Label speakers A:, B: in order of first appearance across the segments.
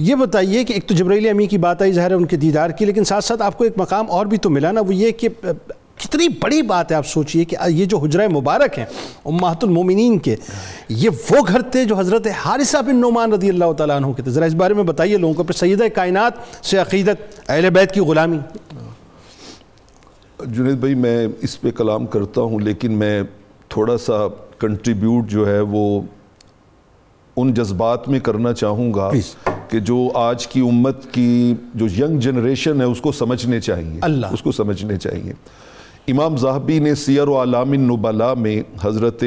A: یہ بتائیے کہ ایک تو جبرائیل امی کی بات آئی ظاہر ہے ان کے دیدار کی لیکن ساتھ ساتھ آپ کو ایک مقام اور بھی تو ملا نا وہ یہ کہ کتنی بڑی بات ہے آپ سوچئے کہ یہ جو حجرہ مبارک ہیں امہات المومنین کے یہ وہ گھر تھے جو حضرت حارثہ بن نعمان رضی اللہ تعالیٰ عنہ کے تھے ذرا اس بارے میں بتائیے لوگوں کو پھر سیدہ کائنات سے عقیدت اہل بیت کی غلامی
B: جنید بھائی میں اس پہ کلام کرتا ہوں لیکن میں تھوڑا سا کنٹریبیوٹ جو ہے وہ ان جذبات میں کرنا چاہوں گا
A: Please.
B: کہ جو آج کی امت کی جو ینگ جنریشن ہے اس کو سمجھنے چاہیے
A: اللہ.
B: اس کو سمجھنے چاہیے امام زاہبی نے سیر و علام النبلا میں حضرت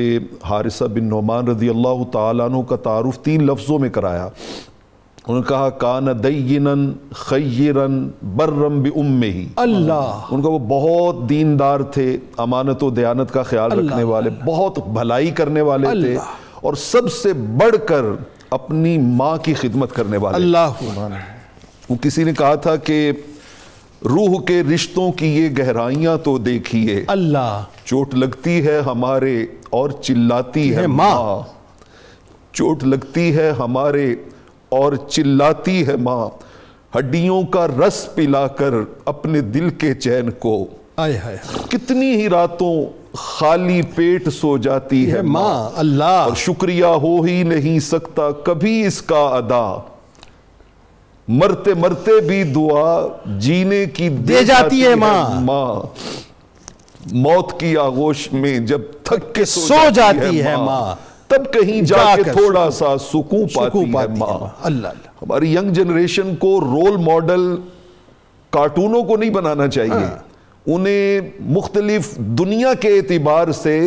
B: حارثہ بن نعمان رضی اللہ تعالیٰ عنہ کا تعارف تین لفظوں میں کرایا انہوں نے کہا کان دینن خیرن برم بے ہی
A: اللہ
B: ان کا وہ بہت دیندار تھے امانت و دیانت کا خیال رکھنے والے بہت بھلائی کرنے والے تھے اور سب سے بڑھ کر اپنی ماں کی خدمت کرنے والے
A: اللہ
B: وہ کسی نے کہا تھا کہ روح کے رشتوں کی یہ گہرائیاں تو دیکھیے
A: اللہ
B: چوٹ لگتی ہے ہمارے اور چلاتی ہے ماں چوٹ لگتی ہے ہمارے اور چلاتی ہے ماں ہڈیوں کا رس پلا کر اپنے دل کے چین کو
A: آئے ہائے
B: کتنی ہی راتوں خالی پیٹ سو جاتی ہے
A: ہے
B: ماں
A: ماں اللہ
B: اور شکریہ ہو ہی نہیں سکتا کبھی اس کا ادا مرتے مرتے بھی دعا جینے کی
A: دے جاتی ہے ماں
B: ماں موت کی آغوش میں جب تھک کے
A: سو جاتی ہے ماں
B: تب کہیں جا
A: جا
B: کے
A: کر
B: تھوڑا سا سکون
A: سکو
B: پاتی ہے
A: پاتی ہے
B: ماں
A: ماں اللہ اللہ
B: ہماری ینگ جنریشن کو رول ماڈل کارٹونوں کو نہیں بنانا
A: ہاں۔
B: چاہیے انہیں مختلف دنیا کے اعتبار سے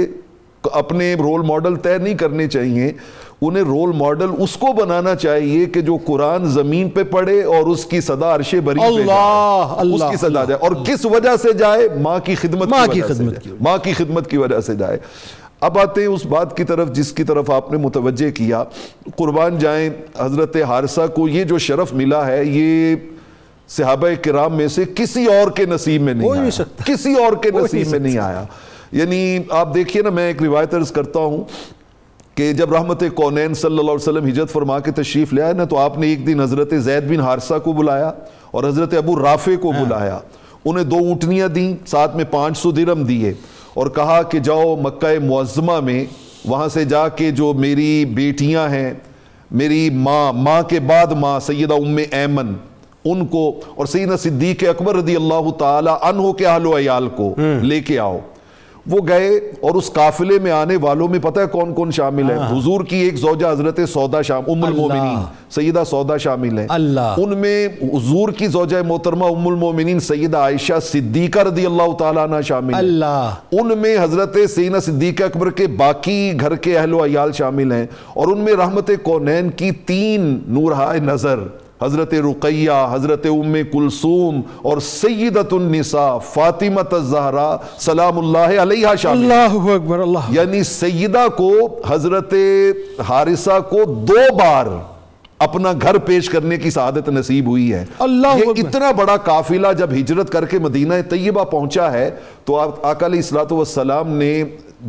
B: اپنے رول ماڈل طے نہیں کرنے چاہیے انہیں رول ماڈل اس کو بنانا چاہیے کہ جو قرآن زمین پہ پڑے اور اس کی صدا عرش بری پہ جائے۔
A: اللہ، اللہ،
B: اس کی صدا جائے اور کس وجہ سے جائے ماں کی خدمت
A: ماں
B: کی
A: کی
B: وجہ سے
A: خدمت
B: جائے۔
A: کی
B: ماں کی خدمت کی وجہ سے جائے اب آتے ہیں اس بات کی طرف جس کی طرف آپ نے متوجہ کیا قربان جائیں حضرت حارثہ کو یہ جو شرف ملا ہے یہ صحابہ کرام میں سے کسی اور کے نصیب میں
A: ہو ہی
B: نہیں
A: نہیں
B: آیا
A: سکتا۔
B: کسی اور کے
A: ہو ہی
B: نصیب
A: نہیں
B: میں نہیں آیا یعنی آپ دیکھیے نا میں ایک روایت عرض کرتا ہوں کہ جب رحمت کونین صلی اللہ علیہ وسلم ہجرت فرما کے تشریف لے آئے نا تو آپ نے ایک دن حضرت زید بن حارثہ کو بلایا اور حضرت ابو رافع کو بلایا انہیں دو اونٹنیاں دیں ساتھ میں پانچ سو درم دیے اور کہا کہ جاؤ مکہ معظمہ میں وہاں سے جا کے جو میری بیٹیاں ہیں میری ماں ماں کے بعد ماں سیدہ ام ایمن ان کو اور سیدنا صدیق اکبر رضی اللہ تعالی عنہ کے اہل و عیال کو لے کے آؤ وہ گئے اور اس قافلے میں آنے والوں میں پتہ ہے کون کون شامل ہیں
A: ہاں.
B: حضور کی ایک زوجہ حضرت سودا شام ام المومنین سیدہ سودا شامل ہیں
A: اللہ
B: ان میں حضور کی زوجہ محترمہ ام المومنین سیدہ عائشہ صدیقہ رضی اللہ تعالیٰ عنہ شامل ہیں
A: اللہ
B: ان میں حضرت سینہ صدیق اکبر کے باقی گھر کے اہل و عیال شامل ہیں اور ان میں رحمت کونین کی تین نورہائے نظر حضرت رقیہ حضرت ام کلثوم اور سیدت النساء فاطمہ الزہرا سلام اللہ علیہ شامل ہیں
A: اللہ اکبر اللہ
B: یعنی سیدہ کو حضرت حارثہ کو دو بار اپنا گھر پیش کرنے کی سعادت نصیب ہوئی ہے
A: اللہ
B: یہ
A: اکبر۔
B: اتنا بڑا قافلہ جب ہجرت کر کے مدینہ طیبہ پہنچا ہے تو آپ آقا علیہ السلاۃ والسلام نے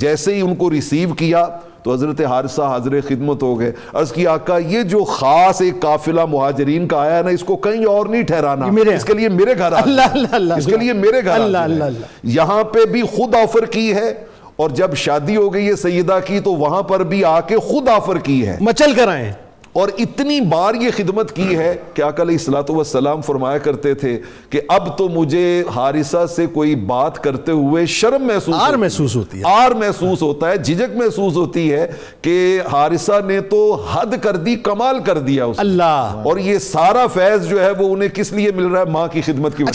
B: جیسے ہی ان کو ریسیو کیا تو حضرت حارثہ حاضر خدمت ہو گئے عرض کی آقا یہ جو خاص ایک قافلہ مہاجرین کا آیا ہے نا اس کو کہیں اور نہیں ٹھہرانا
A: یہ میرے-
B: اس کے لیے میرے گھر آ
A: اللہ اللہ اللہ
B: اس کے لیے میرے گھر
A: اللہ اللہ
B: اللہ یہاں پہ بھی خود آفر کی ہے اور جب شادی ہو گئی ہے سیدہ کی تو وہاں پر بھی آ کے خود آفر کی ہے
A: مچل کر آئیں
B: اور اتنی بار یہ خدمت کی ہے کہ آقا علیہ السلاۃ والسلام فرمایا کرتے تھے کہ اب تو مجھے حارثہ سے کوئی بات کرتے ہوئے شرم محسوس
A: آر
B: ہوتی ہے۔
A: محسوس ہوتی ہے
B: آر محسوس ہوتا ہے جھجک محسوس ہوتی ہے کہ حارثہ نے تو حد کر دی کمال کر دیا اس نے۔
A: اللہ
B: اور یہ سارا فیض جو ہے وہ انہیں کس لیے مل رہا ہے ماں کی خدمت کی وجہ